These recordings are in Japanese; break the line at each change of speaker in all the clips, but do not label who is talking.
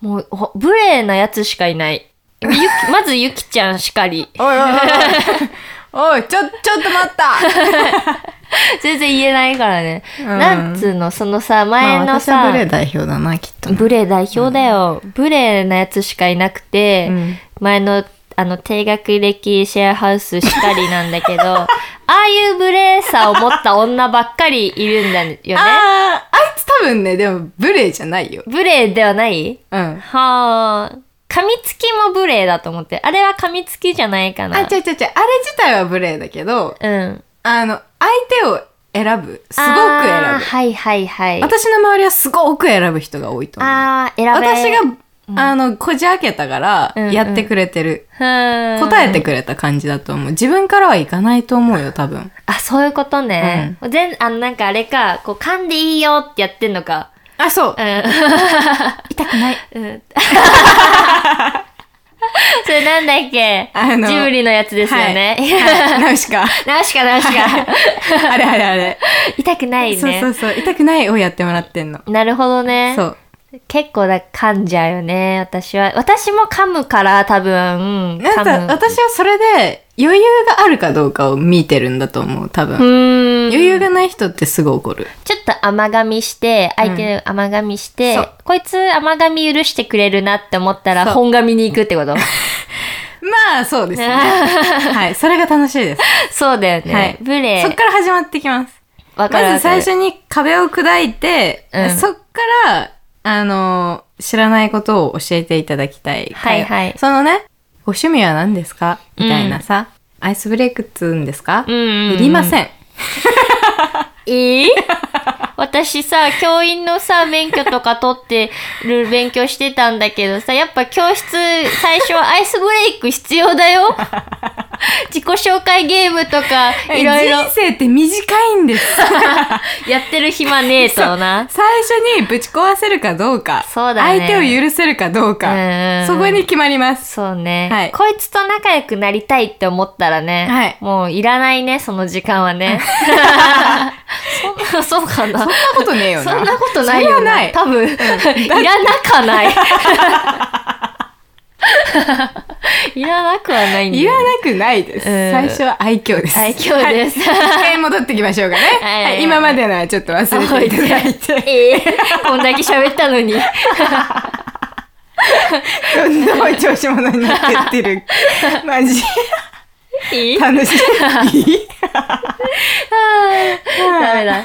もう、ほ無礼なやつしかいない。ゆ きまずゆきちゃんしかり。
おいおいおいおいおいちょちょっと待った
全然言えないからね。
うん
なんつうの、そのさ、
ま
前
あ
の
私
さ、
はブレ代表だなきっと
ブレ代表だよ。ブレなやつしかいなくて、
うん
前の、あの、低学歴シェアハウスしかりなんだけど、 ああいうブレさを持った女ばっかりいるんだよね。
あーあいつ多分ねでもブレじゃないよ
ブレではない
うん
はあ。噛みつきも無礼だと思って。あれは噛みつきじゃないかな。
あちゃちゃちゃあれ自体は無礼だけど
うん。
あの相手を選ぶすごく
あー
選ぶ
はいはいはい。
私の周りはすごく選ぶ人が多いと思う
ああ、選べ
私が、あのこじ開けたから
うんうん
やってくれてる、
が
答えてくれた感じだと思う自分からはいかないと思うよ多分
あ、そういうことね。全、あの、なんかあれか、こう、噛んでいいよってやってんのか。
あそう
うん。
痛く ない
うん。それなんだっけ
あの
ジブリのやつですよね。
はいナウシカ
ナウシカナウシカ。
あれあれあれ、
痛くないね。
そうそうそう痛くないをやってもらってんの
なるほどね。
そう
結構だ噛んじゃうよね、私は。私も噛むから多分、
なん
噛
か
む。
私はそれで余裕があるかどうかを見てるんだと思う多
う
分
ーん。
余裕がない人ってすぐ怒る
ちょっと甘噛みして、相手を甘噛みして、
そう
こいつ甘噛み許してくれるなって思ったら
そう
本噛みに行くって こと
まあそうで すねはいそれが楽しいです、
そうだよね。
はい
無礼。
そっから始まってきます
わかるわかる
まず最初に壁を砕いて、
うん
そっから、あの、知らないことを教えていただきたい。
はいはい
そのね、ご趣味は何ですかみたい
うん
なさ、アイスブレイクっつうんですか、
うんうんうん
いりません。
えー私さ、教員のさ、免許とか取ってる勉強してたんだけどさ、やっぱ教室、最初はアイスブレイク必要だ よ。自己紹介ゲームとか、 いろいろ
人生って短い んです。
やってる暇ねえと な。
最初にぶち壊せるかどうか、
そうだね
相手を許せるかどうか、
うんうんうん
そこに決まります。
そうね、
はい
こいつと仲良くなりたいって思ったらね、
はい
もういらないね、その時間はね。そんな、 そうかな。
そんなことねえよな。
そんなことないよ
それはない。
多分、 いらなかない。いらなくはないんだ
い
よ
らなくないです。
うん
最初は愛嬌です。
愛嬌です
はい一回戻ってきましょうかね。
はい
はい今までのはちょっと忘れていただいて、
ええこんだけ喋ったのに。
どんどん調子者になってっ てる。マジ、
いいダ
楽しい。
メだ。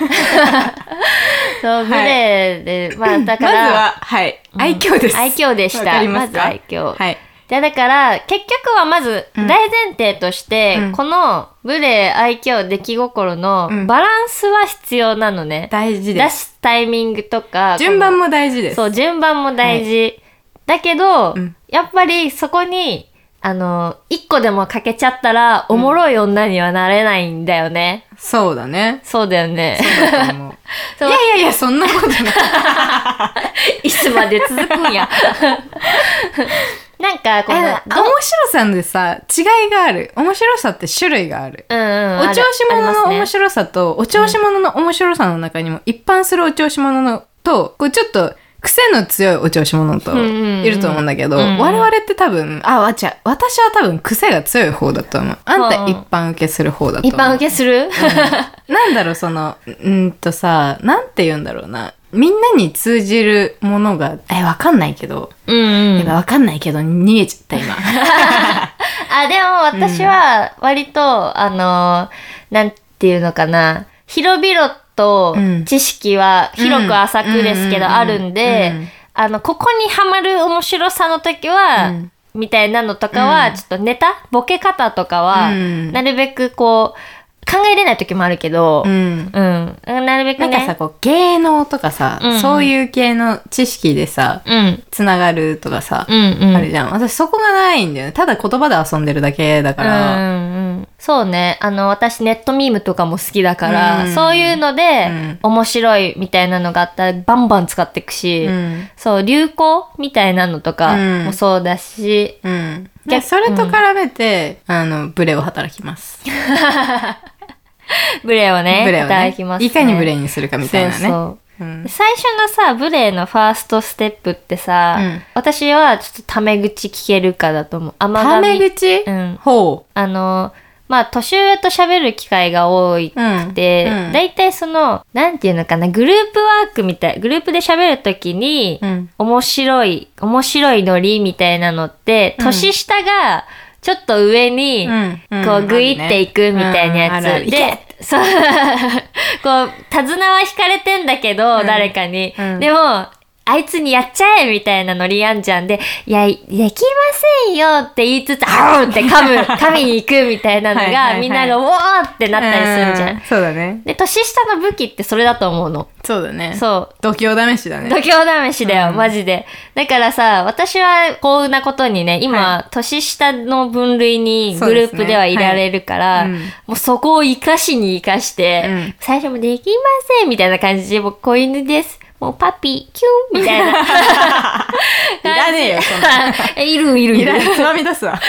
そう、無礼で、まあ だ
まず
から、
は、はい、愛嬌です。
愛嬌でし
わ
た。
かり
ま
ます
ず
か
愛嬌。
はい。
じゃあだから、結局はまず大前提として、
うん
この無礼、愛嬌、出来心の
うん
バランスは必要なのね。
大事
出
です。
すタイミングとか。
順番も大事です。
そう、順番も大事。だけど、
うん
やっぱりそこに、あの、一個でも欠けちゃったら、おもろい女にはなれないんだよね。
そうだね。
そうだよね。
そうだと思うい
そう
やいやいや、そんなことない。
いつまで続くん や。なんか、この、
え
ど
面白さでさ、違いがある。面白さって種類がある。
うんうん。
お調子者の
白
面白さと、お調子者の面白さの中にも、一般するお調子者のと、こうちょっと、癖の強いお調子者と
うんうんうん
いると思うんだけど、
うんうん
我々って多分、あ、わちゃ、私は多分癖が強い方だと思う。あんた
うん
一般受けする方だと
一
思う。
般受けする、
なんだろう、その、うーんとさ、なんて言うんだろうな。みんなに通じるものが、え、わかんないけど、
うん、うん
やばわかんないけど、逃げちゃった今。
あ、でも私は割と、あのーなんていうのかな、広々と
うん
知識は広く浅くですけど
うん
あるんで
うん、
あの、ここにはまる面白さの時は、
うん
みたいなのとかは、ちょっとネタボケ方とかは、
うん
なるべくこう、考えれない時もあるけど、
う
うん。
ん。
なるべく
な
ね。
んかさ、こう、芸能とかさ、
うん
そういう系の知識でさ、
うん。
つながるとかさ、
うんうん。
あるじゃん。私そこがないんだよね。ただ言葉で遊んでるだけだから。
うんうん、そうねあの私ネットミームとかも好きだから、
うん
そういうので、面白いみたいなのがあったらバンバン使っていくし、
うん。
そう流行みたいなのと
う
か
ん
もそうだし、
うん。
じゃ
で、それと絡めて、あの、ブレを働きます。
ブレをね
ブレ
い
をね。
ただきます、ね、
いかにブレにするかみたいなね。
そうそう
うん
最初のさ、ブレーのファーストステップってさ、
うん
私はちょっとタメ口聞けるかだと思う。甘
タ
噛み
メ口、
うん
ほ。
あの、まあ、年上と喋る機会が多いう
うん。
で、
うん
だいたいその、なんていうのかな、グループワークみたい、グループで喋るときに、
うん
面白い、面白いノリみたいなのって、
うん
年下が、ちょっと上に、
うん
こ
う
う、
ん
グイっていくみたいな
あ
やつ。
るねうんあるあるい
で、そう、 こう、手綱は引かれてんだけど、
うん
誰かに。
うん
でも、あいつにやっちゃえみたいなノリやんじゃんで、いや、できませんよって言いつつ、あーんって噛む、噛みに行くみたいなの
はいはいは
が、
い
みんなが、おーってなったりするじゃ。
うんそうだね。
で、年下の武器ってそれだと思うの。
そうだね。
そう。
度胸試しだね。
度胸試しだよ、
うん
マジで。だからさ、私は幸運なことにね、今、年下の分類にグループではいられるから、
そうですねはいうん
もうそこを生かしに生かして、
うん
最初もできませんみたいな感じで、僕、子犬です。もうパピー、キュンみたいな。
いらねえよ、そんな。
えいるいるい
い
る
ら。ねえ、つまみ出 すわ。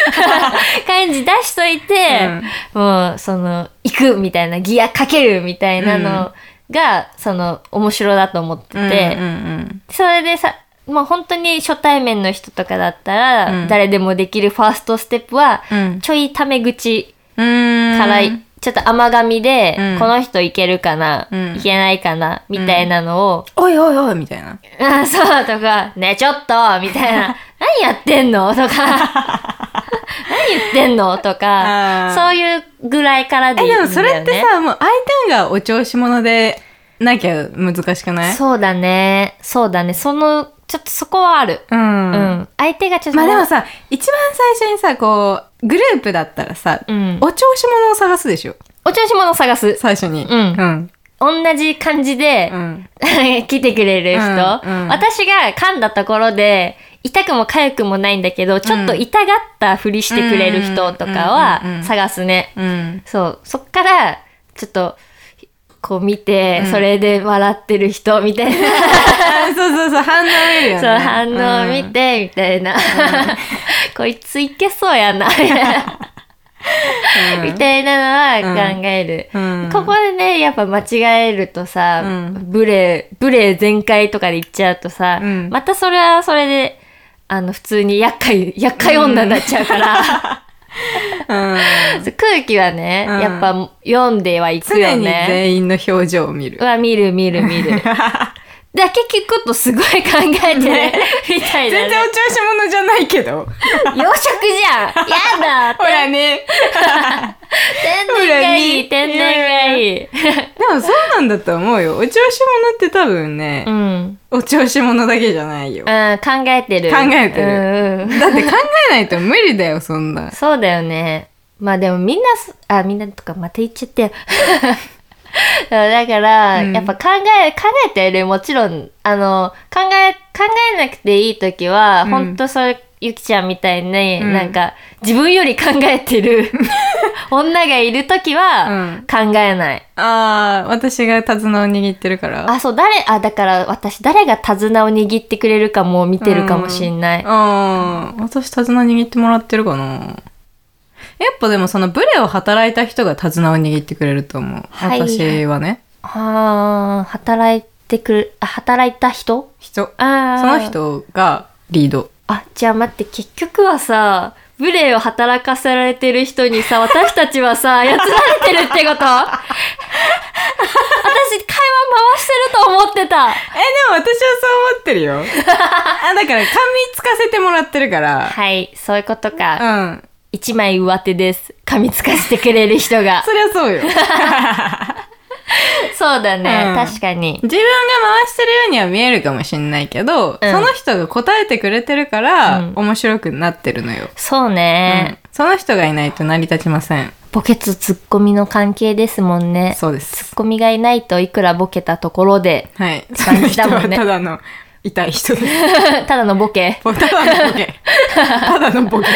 感じ出しといて、もう、その、行くみたいな、ギアかけるみたいなのが、その、面白だと思ってて、
うんうん
それでさ、もう本当に初対面の人とかだったら、
うん
誰でもできるファーストステップは、
うん。
ちょいタメ口
うん。
から、ちょっと甘噛みで、
うん
この人いけるかな、
うん
いけないかな、みたいなのを、
おいおいおい、みたいな。
あそうとか、ね、ちょっと、みたい な、何やってんのとか、何言ってんのと
あ
か、
ー
そういうぐらいからでい
え、
いんだ
で
よ、
も
ね。
それってさ、もう相手がお調子者でなきゃ難しくない
そうだね。そうだね。その、ちょっとそこはある。
う。
うんん。相手がちょっと。
まあでもさ、一番最初にさ、こう、グループだったらさ、
うん
お調子者を探すでしょ
お調子者を探す。
最初に。
うん
うん。
同じ感じで
う、ん。
来てくれる人、
うんうん
私が噛んだところで痛くも痒くもないんだけどちょっと痛がったふりしてくれる人とか
うんうんうんう
は
ん
探すね、
うん。
そうそっからちょっとこう見て、
うん
それで笑ってる人みたいな、
あそうそうそう、反応見るよね。
そう反応見て、みたいな、こいついけそうやなみたいな
うん、
みたいなのは考える、
うん。
ここでね、やっぱ間違えるとさ、
うん
ブレ、ブレ全開とかで言っちゃうとさ、
うん
またそれはそれで、あの、普通に厄介、厄介女になっちゃう から、
うん。
空気はね、
うん
やっぱ読んではいく
常
よ
に
ね。
全員の表情を見る
う。わ、見る見る見 る。だけ聞くことすごい考えてる、
ね
みたいな、
全
ね
然。お調子者じゃないけ ど。
洋食じゃんやだ
ほらね。
天然がいい天
ほらね
然がいい
でもそうなんだと思うよ。お調子者って多分ね
う、ん。
お調子者だけじゃないよ。だ
うん、考えてる。
考えてる
うんうん。
って考えないと無理だよ、そ んな。
そうだよね。まあでもみんなす、あ、みんなとかまた言っちゃってよ。 だから、
うん
やっぱ考え、考えたよりもちろん、あの、考え、考えなくていい時は、
うん
ほんとそういう、ゆきちゃんみたいに、
うん
なんか、自分より考えて る女がいる時は、考えない。
ああ、私が手綱を握ってるから。
あ、そう、誰、あ、だから私、誰が手綱を握ってくれるかも見てるかもしんない。
ああ、私手綱握ってもらってるかな。やっぱでもそのブレを働いた人が手綱を握ってくれると思う。
はい
私はね。
ああ、働いてくる、あ、働いた人
人。
ああ。
その人がリード。
あ、じゃあ待って、結局はさ、無礼を働かせられてる人にさ、私たちはさ、 操られてるってこと私、会話回してると思ってた。
え、でも私はそう思って るよ。あ、だから、噛みつかせてもらってるから。
はい、そういうことか。
うん。
一枚上手です。噛みつかせてくれる人が。
そりゃそうよ。
そうだね、
うん
確かに。
自分が回してるようには見えるかもしんないけど、その人が答えてくれてるから、
うん
面白くなってるのよ、
そう
う
ね
ん、その人がいないと成り立ちません。
ボケとツッコミの関係ですもんね。
そうで
ツ
す。
ッコミがいないといくらボケたところ で、
はい。そ
感
の
じ
人
だも
は
んね
ただの痛い人です。
ただのボケ、
ただのボ ケ。ただのボケ。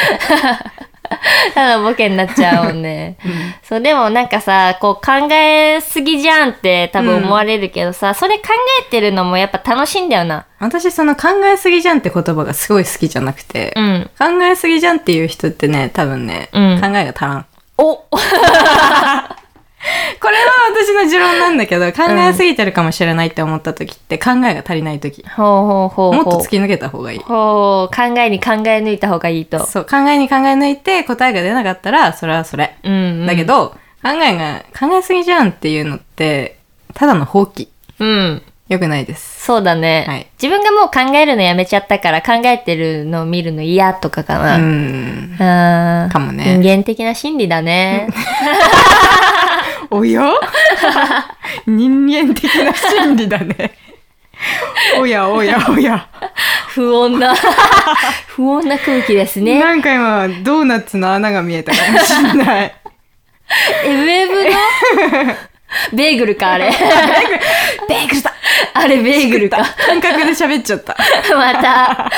ただのボケになっちゃうもんね。そう、でもなんかさ、こう考えすぎじゃんって多分思われるけどさ、それ考えてるのもやっぱ楽しいんだよな。
私その考えすぎじゃんって言葉がすごい好きじゃなくて、
うん。
考えすぎじゃんっていう人ってね、多分ね、
うん
考えが足らん。
お
これは私の持論なんだけど、考えすぎてるかもしれないって思った時って考えが足りない時。
ほうほうほうほ
も
う
っと突き抜けた方がいい。
ほう考えに考え抜いた方がいいと
そう、考えに考え抜いて答えが出なかったら、それはそれ。
うんうん
だけど、考えが、考えすぎじゃんっていうのって、ただの放棄。
うん
よくないです。
そうだね、
はい
自分がもう考えるのやめちゃったから考えてるのを見るの嫌とかか
う
な、うん
ん。かもね
人間的な心理だ ね。
おや 人間的な心理だ ね。おやおやおや。
不穏な、不穏な空気ですね。
なんか今、ドーナツの穴が見えたかもしれない。
エブエブの ベーグルか、あ れ。
ベーグルだ
あれ、ベーグルか。
感覚で喋っちゃった。
また、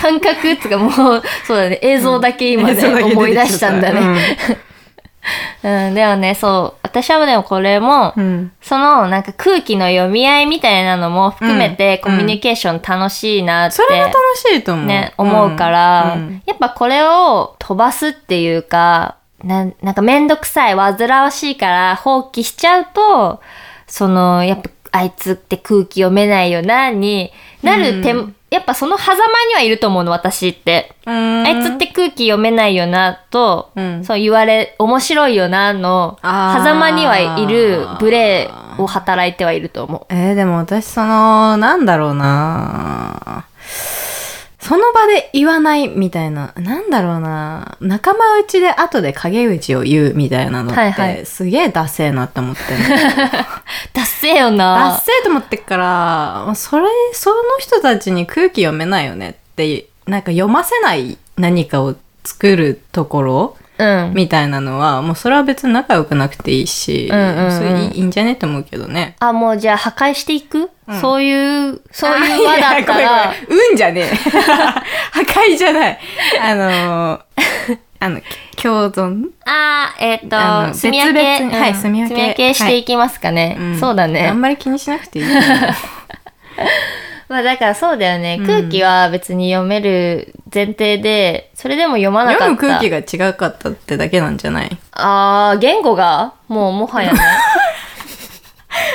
感覚っつうかもう、そうだね、映像だけ今ね、
そうだけ出てきちゃった
思い出したんだね。 うん、でもね、そう、私はでもこれも、
うん。
そのなんか空気の読み合いみたいなのも含めて、
うん
コミュニケーション楽しいなって
そ、れも楽しいと思う。
ね、思うから、
うん
やっぱこれを飛ばすっていうか、なんなんかめんどくさい、煩わしいから放棄しちゃうと、その、やっぱあいつって空気読めないよな、になる手、
うん
やっぱその狭間にはいると思うの、私って。
うん
あいつって空気読めないよな、と、
うん
そう言われ、面白いよな、の、
あー
狭間にはいる、無礼を働いてはいると思う。
えーでも私その、なんだろうなその場で言わないみたいな、なんだろうな仲間内で後で陰口を言うみたいなのって、
はいはい
すげえダセえなって思って んの。
ダッセーよ
ダ
な
ッ。セえと思ってっから、それ、その人たちに空気読めないよねって、なんか読ませない何かを作るところ
うん。
みたいなのは、もうそれは別に仲良くなくていいし、
うんうんうん
それいいいいんじゃねって思うけどね。
あ、もうじゃあ破壊していく、
うん
そういう、そういう輪だった
あ
ら
いや、 ごめんごめんうんじゃねえ。破壊じゃない。あの ー、あの、共存
あー、えっ、
あ
と、
の
住み分け、
別々にはい
うん
住み分け
していきますかね。
ん
そうだ
あん
ね。
まり気にしなくてい いよね。
まあだからそうだよね。
うん
空気は別に読める前提で、それでも読まなかった。
読む空気が違かったってだけなんじゃない
あー、言語がもうもはやね。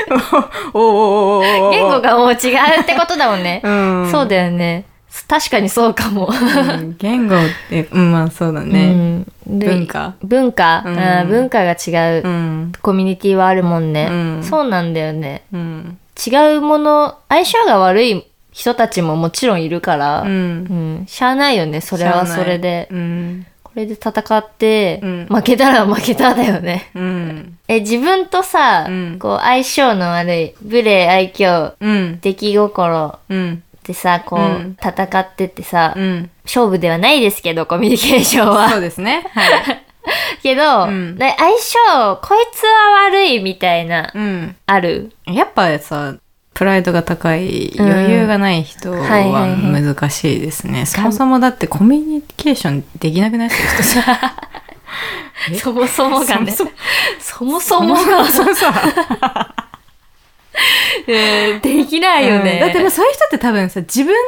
おーおーおーおー
言語がもう違うってことだもんね。
うん。
そうだよね。確かにそうかも。
うん言語って、うん、まあそうだね。
うんで
文化
文化、
うん
うん文化が違う、
うん。
コミュニティはあるもんね、
うん
そうなんだよね
うん。
違うもの相性が悪い人たちももちろんいるから、
うん。
うんしゃあないよねそれはそれで、
うん。
これで戦って、
うん
負けたら 負けただよね
うん。
え自分とさ、
うん
こう相性の悪い無礼愛嬌
うん。
出来心
うん。
でさこう、
うん
戦ってってさ、
うん。
勝負ではないですけどコミュニケーションは
そうですね。はい。
けど、
うん
で相性こいつは悪いみたいな、
うん。
ある
やっぱさ、プライドが高い、余裕がない人
うんはいは
はい
はい
難しいですね。そもそもだってコミュニケーションできなくないですか人さえ
そもそもがね
そ
そ
も
もそもが、
そう そう。
うん できないよね、
うんだってもうそういう人って多分さ、自分の考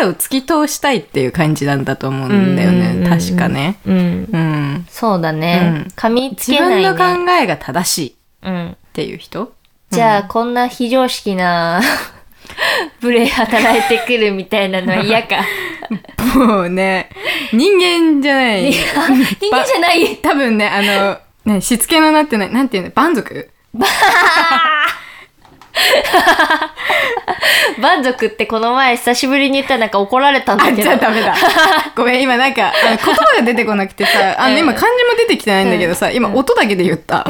えを突き通したいっていう感じなんだと思うんだよ
うんうんうん
ね。
うん
確かね。
うん
うん。
そうだね、
うん
噛みつ
自
けない、ね、
分の考えが正しいっ
うん
ていう人
じゃあ、こんな非常識な 無礼働いてくるみたいなのは嫌 か
もうね、人間じゃない。
人間じゃない
多分ね、あの、ね、しつけのなってない、なんていうの、蛮族
満足ってこの前久しぶりに言ったらなんか怒られたんだ
あ、
け
じ
ど
ゃあダメ だ。ごめん、今なんか、あの言葉が出てこなくて さ、あ
う
の、
ん
今漢字も出てきてないんだけどさ、今音だけで 言った。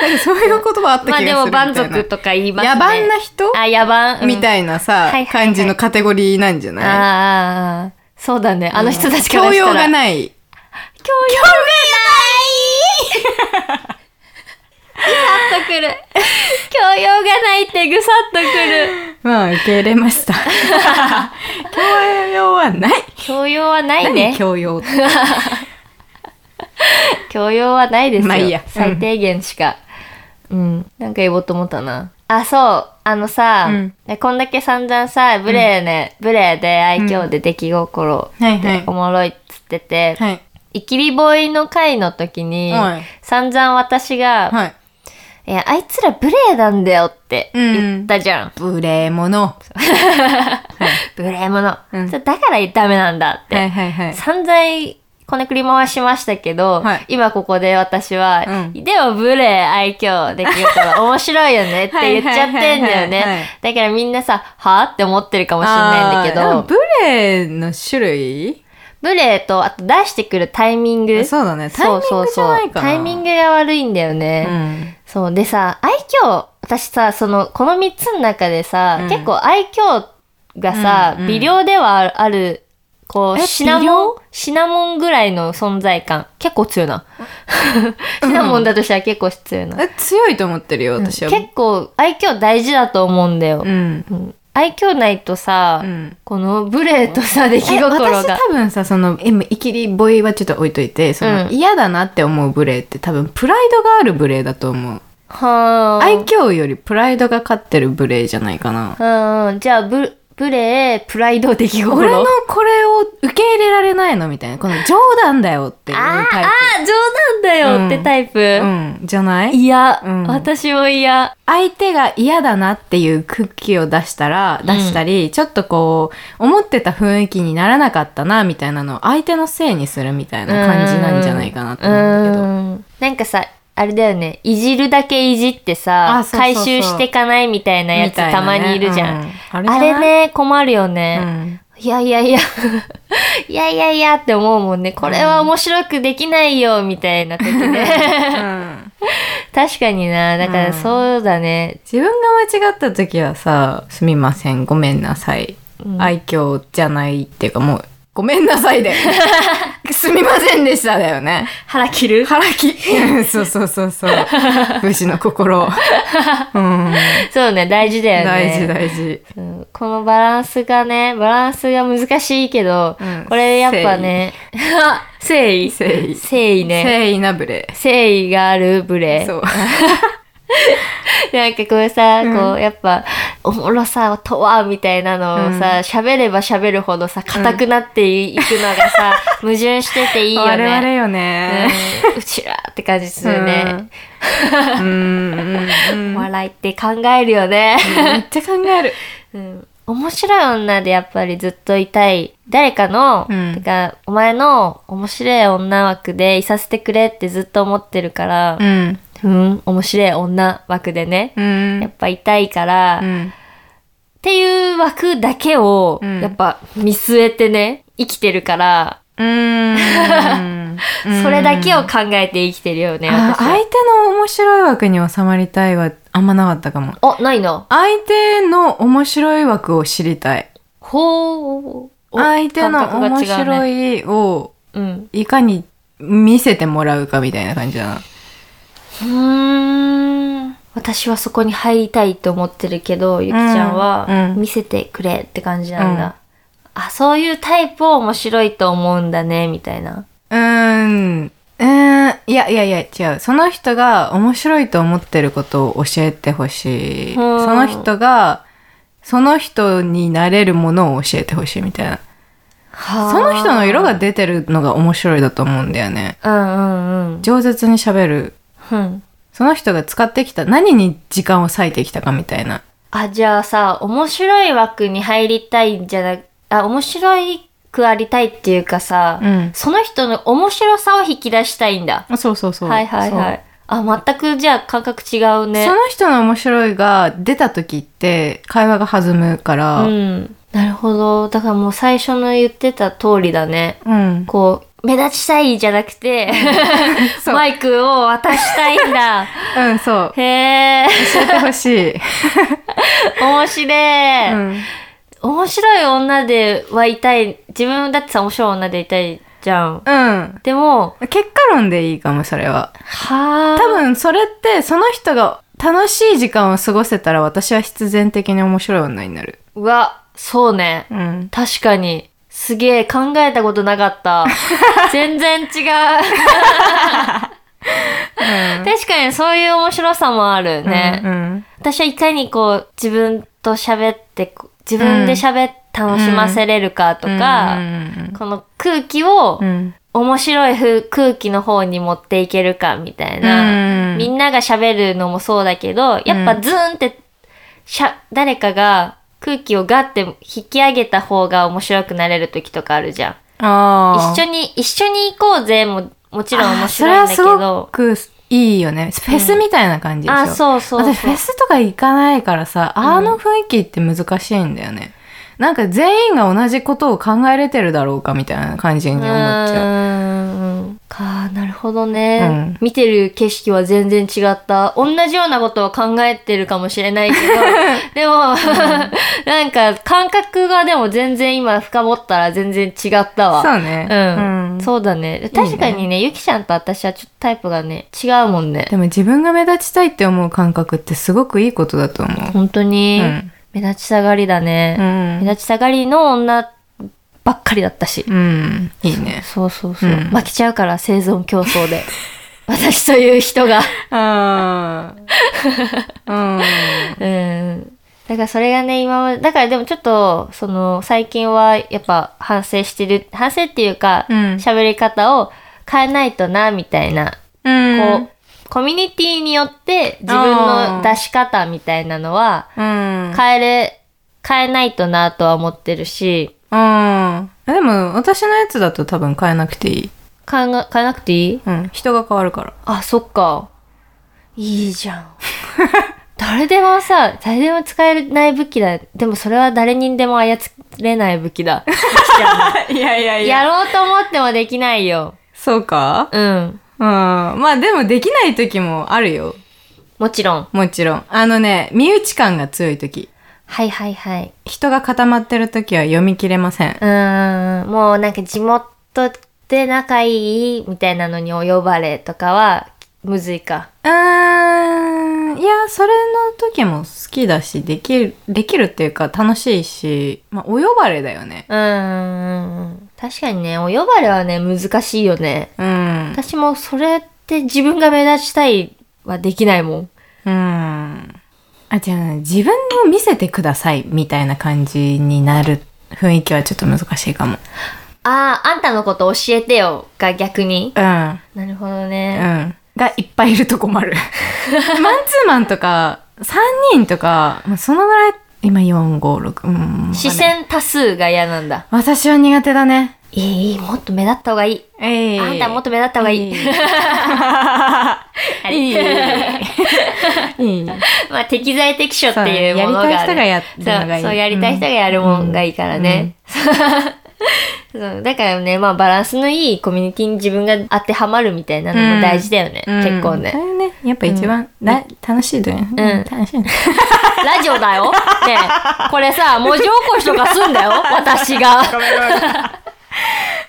なんかそういう言葉あった気
ま
が
あ
するみた
で
いな。
も満足とか言いますね
野蛮な人
あ野蛮、うん
みたいな
はい
さ
はい、はい
感じのカテゴリーなんじゃない
あーあーあーそうだねあの人たちから
教
したら
養がない。
教養がないぐさっとくる教養がないってぐさっとくる
まあ、受け入れました。教養はない。
教養はない
何
ね
教養って。
教養はないですよ、
まあいいやうん
最低限しかうんなんか言おうと思ったなあそうあのさ、
うん
ねこんだけ散々さ無礼ね、無礼で愛嬌で出来心
はいはい
でおもろいっつってて、
はい。
イキリボーイの会の時に、
はい
散々私が、
はい。
いや、あいつら無礼なんだよって言ったじゃん。
無礼者。
無礼者。
うん
それだからダメなんだって。
はいはいはい。
散々こねくり回しましたけど、
はい
今ここで私は、
う
でも無礼愛嬌できるから面白いよねって言っちゃってんだよ
はいはいはいはい
ね。だからみんなさ、はぁって思ってるかもしれないんだけ
あー
ど、
ブレの種類
無礼とあと出してくるタイミング。
そうだね。タイミ
そう
ン
そう
グじゃ
そ
な
う
い。かな。
タイミングが悪いんだよね。
うん。
そう。でさ、愛嬌、私さ、その、この3つの中でさ、
うん
結構愛嬌がさ、
うんうん
微量ではあるある、こう、
え
シナ
微
モン
量、
シナモンぐらいの存在感。結構強いな。シナモンだとしたら結構強いな。
え強いと思ってるよ、私は。
結構、愛嬌大事だと思うんだよ
う。ん。
うん愛嬌ないとさ、
うん
この無礼とさ、出来
え
心
私
が。
多分さその今イキリボイはちょっと置いといてその、
うん
嫌だなって思う無礼って多分プライドがある無礼だと思う、
はあ。
愛嬌よりプライドが勝ってる無礼じゃないか
う
な
ん、じゃあ、ぶ、無礼、プライド、出来心。
俺のこれを受け入れられないのみたいなこの冗談だよっていう
あー
タイ
あー、冗談だよってタイプ。
プうんじゃない
嫌、
うん
私も嫌。
相手が嫌だなっていう空気を出したら
ん
出したり、ちょっとこう思ってた雰囲気にならなかったなみたいなのを相手のせいにするみたいな感じなんじゃないかなと思うんだけど
うんなんかさ、あれだよね、いじるだけいじってさ
あ、そうそうそう
回収してかないみたいなやつ
みたい
た
なね
まにいるじゃん。
うん
あ
あれじゃ
れ
ない
ね、困るよ
う
ね。
ん
いやいやい や、いやいやいやって思うもんね。これは面白くできないよ、みたいな時 ね。確かにな、だからそうだね。
自分が間違った時はさ「すみませんごめんなさい、愛嬌じゃない」っていうかもう「ごめんなさ いで」すみませんでした」だよね
腹切る
腹き そうそうそうそう武士の心、うん、
そうね、大事だよね。
大事大事
うんこのバランスがね、バランスが難しいけど、
うん
これやっぱね、誠意
誠意
誠意ね。
誠意なぶれ
誠意があるブレ。
そう
なんかこうさ、こうやっぱ、おもろさとは、みたいなのをさ、喋、れば喋るほどさ、硬くなっていくのが さ、矛盾してて いいよね。
我々よね
うんうちらって感じするね。
うんうんうん
笑いって考えるよね。
めっちゃ考える
うん面白い女でやっぱりずっといたい誰かの、
うん
てかお前の面白い女枠でいさせてくれってずっと思ってるから
うん
うん、面白い女枠でね、
うん
やっぱいたいから、
う
っ
ん
ていう枠だけを、
うん
やっぱ見据えてね生きてるから、
うーん
それだけを考えて生きてるよね私
あ相
は
手の面白い枠に収まりたいはあんまなかったかも
おないの
相手の面白い枠を知りたい
ほうお
相手の
感覚が
面
違うね
白いを
うん
いかに見せてもらうかみたいな感じだな
うーん私はそこに入りたいと思ってるけどゆきちゃんは
うん
見せてくれって感じなんだ、あそういうタイプを面白いと思うんだねみたいな
うーんうーんいやいやいや違うその人が面白いと思ってることを教えてほしいそ
うん
の人がその人になれるものを教えてほしいみたいなその人の色が出てるのが面白いだと思うんだよね
うんうんうん
饒舌に喋る
うん
その人が使ってきた何に時間を割いてきたかみたいな
あじゃあさ面白い枠に入りたいんじゃなあ面白くありたいっていうかさ、
うん
その人の面白さを引き出したいんだ
あそうそうそう
はいはいはいいあ全くじゃあ感覚違うね
その人の面白いが出た時って会話が弾むから
うん、なるほどだからもう最初の言ってた通りだね
うん、
こう目立ちたいじゃなくて
そう
マイクを渡したいん だ
うん、そう
へえ
教えてほしい、
面白い、
うん
面白い女ではいたい自分だってさ面白い女でいたいじゃん
うん、
でも
結果論でいいかもそれは
はあ
多分それってその人が楽しい時間を過ごせたら私は必然的に面白い女になる
うわそうね
うん
確かにすげえ考えたことなかった 全然違う確かにそういう面白さもあるね、
うん
私はいかにこう自分と喋ってこ自分で喋って楽しませれるかと
うん、
か、
うん
この空気を
うん
面白いふ空気の方に持っていけるかみたいな、
うん
みんなが喋るのもそうだけどやっぱズーンってしゃ誰かが空気をガッて引き上げた方が面白くなれる時とかあるじゃん。
ああ。
一緒に一緒に行こうぜももちろん面白いんだけ
あーそれは
ど
すごくいいよね。フェスみたいな感じでしょ。
あそうそうそう
私フェスとか行かないからさ、あの雰囲気って難しいんだよね。なんか全員が同じことを考えれてるだろうかみたいな感じに思っちゃう。
うーんかなるほどね、
うん
見てる景色は全然違った同じようなことを考えてるかもしれないけ どでも、 なんか感覚がでも全然今深掘ったら全然違ったわ
そうね。
うん、
うん
そうだね確かにねゆきちゃんと私はちょっとタイプがね違うもんね
でも自分が目立ちたいって思う感覚ってすごくいいことだと思う。
本当に、
うん
目立ち下がりだね、
うん
目立ち下がりの女ばっかりだったし、
うん。いいね。
そうそうそう、
うん
負けちゃうから生存競争 で私という人が
ああ。
うんだからそれがね今までだからでもちょっとその最近はやっぱ反省してる反省っていうか
うん
喋、り方を変えないとなみたいな、
うん。
こうコミュニティによって自分の出し方みたいなのは
う。うん。
変えれ変えないとなとは思ってるし
うん。でも、私のやつだと多分変えなくていい。
変えな変えなくていい
うん。人が変わるから。
あ、そっか。いいじゃん。 誰でもさ、誰でも使えない武器だ。でもそれは誰にでも操れない武器 だ。
いやいや
やろうと思ってもできないよ。
そうか
うん。
うん。まあでもできない時もあるよ。
もちろん。
もちろん。あのね、身内感が強い時。
はいはいはい。
人が固まってる時は読み切れません。
うーん。もうなんか地元で仲いいみたいなのにお呼ばれとかは、むずいか。
うーん。いや、それの時も好きだし、できる、できるっていうか楽しいし、まあお呼ばれだよね。
うーん。確かにね、お呼ばれはね、難しいよね。
うん。
私もそれって自分が目立ちたいはできないもん。
うん。あ、じゃあ、自分を見せてくださいみたいな感じになる雰囲気はちょっと難しいかも。
ああ、あんたのこと教えてよが逆に。
うん。
なるほど
う
ね。
ん。がいっぱいいると 困る。マンツーマンとか、3人とか、まあそのぐらい、今4、5、6、うん。
視線多数が嫌なんだ。
私は苦手だね。
いい、いい、もっと目立った方がいい。
え
あんたもっと目立った方がいい。 はい
いい。いい。
まあ、適材適所って
そう
い
ね
うものがある。
やりたい人がやるのがいい
そう、そうやりたい人がやるもんがいいからね。 そうだからね、まあ、バランスのいいコミュニティに自分が当てはまるみたいなのも大事だよね。
うん
結構ね
そ。れね、やっぱ一番、だ楽しいとね。うん楽しいね。
ラジオだよ。ねえこれさ、文字起こしとかすん だよ。私が。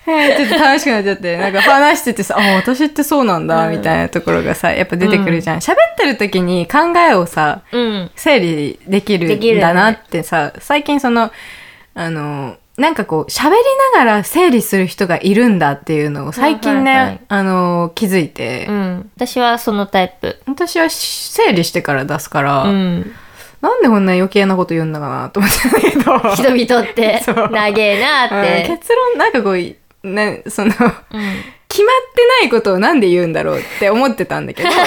はいちょっと楽しくなっちゃって、なんか話しててさ、あ、私ってそうなんだ、みたいなところがさ、やっぱ出てくるじゃん。喋、ってる時に考えをさ、
うん。
整理できる
できる
ん
ね
だなってさ、最近その、あの、なんかこう、喋りながら整理する人がいるんだっていうのを最近ね、
はいはいはい
あの、気づいて、
うん。私はそのタイプ。
私はし整理してから出すから、
うん。
なんでこんな余計なこと言うんだかなと思ってたん だけど。
人々って、
そう
長えなっ
うん
て。
結論、なんかこう、ね、そ
う
の、
ん。
決まってないことをなんで言うんだろうって思ってたんだ けどそれを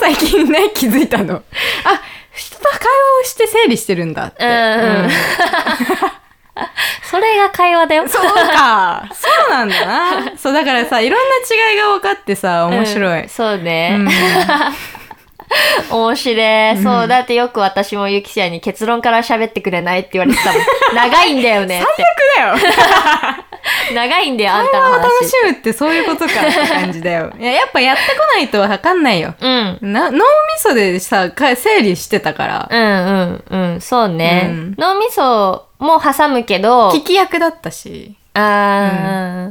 最近ね気づいたのあ人と会話をして整理してるんだって、
うんうん それが会話だよ。
そうかそうなんだなそうだからさいろんな違いが分かってさ面白い、
う
うんん
そう ね。面白い。そう、だってよく私もゆきちゃんに結論から喋ってくれないって言われてたもん。長いんだよ ねって。
だよ
長いんだよ、あんたの
会話を楽
話
し。むってそういうことかって感じだよ いややっぱやってこないと分かんないよ
うん。
な脳みそでさか整理してたから、
うんうんうん。そうね。
うん
脳みそも挟むけど、
聞き役だったし
ああ、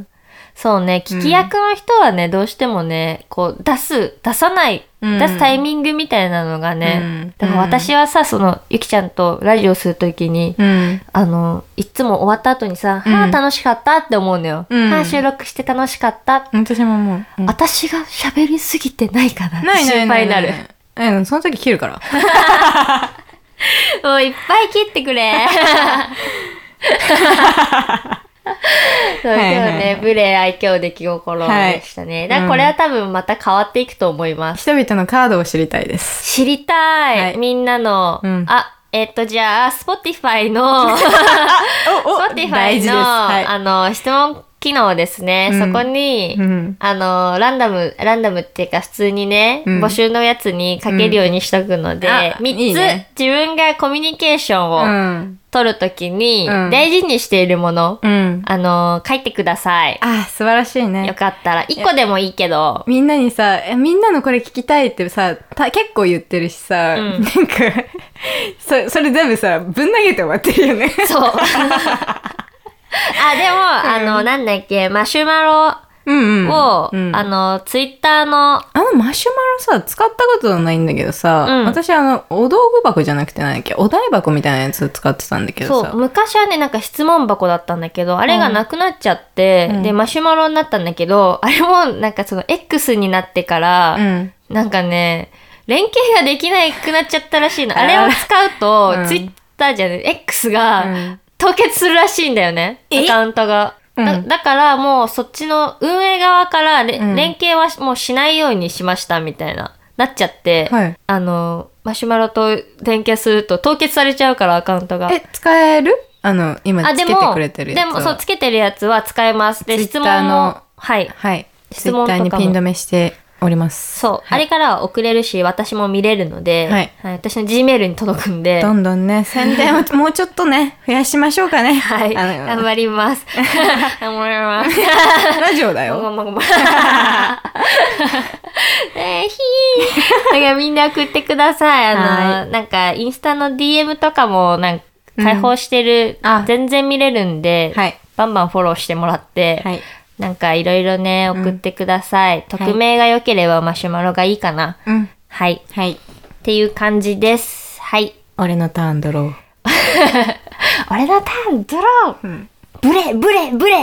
そうね。聞き役の人はね、どうしてもね、こう、出す、出さない、
うん
出すタイミングみたいなのがね。
うん
だから私はさ、その、ゆきちゃんとラジオするときに、
うん
あの、いつも終わった後にさ、
うん
はあ、楽しかったって思うのよ。
うん
はあ、収録して楽しかった。
私ももう、うん
私が喋りすぎてないかな
ないない
心
な
配
い
にな
ない
る。
ないうん、その時切るから。
もういっぱい切ってくれ。そう、
は
今
い
日
はい
ね、無礼愛嬌出来心でしたね。だからこれは多分また変わっていくと思います。
人々のカードを知りたいです。
知りたい、
はい
みんなの、
うん
あ、えっと、じゃあ、Spotify の、
お
Spotify の、
はい
あの、質問機能ですね。
うん
そこに、
うん
あの、ランダム、ランダムっていうか、普通にね、
うん
募集のやつに書けるようにしとくので、
うんあ
3つ
いいね
自分がコミュニケーション
う
を
ん。
取るときに、
うん
大事にしているもの、
うん。
あの、書いてください。
あ、素晴らしい
よ
ね。
かったら、1個でもいいけど、
みんなにさ、えみんなのこれ聞きたいってさ、た結構言ってるしさ、
うん
なんか そ、それ全部さ、ぶん投げて終わってるよね。
そう。あ、でも、あの、なんだっけ、マシュマ
うんう
ロ
ん。
を、
うん
あの、ツイッターの、
あのマシュマロさ、使ったことないんだけどさ、
うん
私あの、お道具箱じゃなくてなんだっけ、お台箱みたいなやつ使ってたんだけど
そう、
さ。
昔はね、なんか質問箱だったんだけど、あれがなくなっちゃって、
うん
で、マシュマロになったんだけど、あれも、なんかその、X になってから、
うん。
なんかね、連携ができなくなっちゃったらしいの。あ
あ
れ
ら
を使うと、
うん
ツイッターじゃない、X
う
が
ん
凍結するらしいんだよね。
え
アカウントが。だ
うん
だからもうそっちの運営側かられ、
うん
連携はもうしないようにしましたみたいな、なっちゃって、
はい
あの、マシュマロと連携すると凍結されちゃうからアカウントが。
え、使えるあの、今
あ、
つ
で
けて
も、
くれてるやつ
でも
は。
そう、つけてるやつは使えます。で、質
Twitter
問も
の、
はい。
はい。
質
ツイ
問
ッ
とか
ター
も
にピン止めしております。
そう、あれからは送れるし、私も見れるので、
はい
私の G メールに届くんで、
どんどんね、宣伝 をもうちょっとね、増やしましょうかね。
はい、
あ
頑
の
張り ます。頑張ります。
ラジオだ
ご め
よ。
んごめんごめんえー、ひー。だからみんな送ってください。あの、なんか、インスタの DM とかも、なんか、開放してる、
あ
全然見れるんで、
はい
バンバンフォローしてもらって、
はい。
なんかいろいろね、送ってください。匿名が良ければマシュマロがいいかな。
うん。
はい。
はい。
っていう感じです。はい。
俺のターンドロー。
俺のターン、ドロー、ブレ、ブレ、ブ レ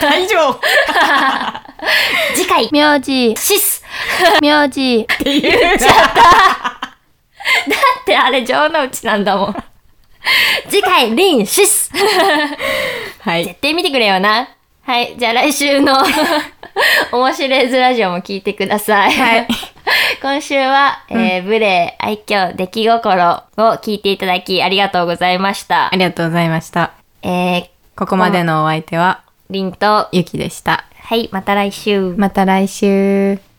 大丈夫っ
次回、名字、シス 名字。だ
てい う。
ってあれ、城之内なんだもん。次回、リン、シス
はい。
絶対見てくれよな。はい。じゃあ来週 の、面白いズラジオも聞いてください。
はい。
今週は、えー、無礼、愛嬌、出来心を聞いていただきありがとうございました
あ。りがとうございました。
えー、
ここまでのお相手は、
リンと、
ゆきでした。
はい、また来週。
また来週。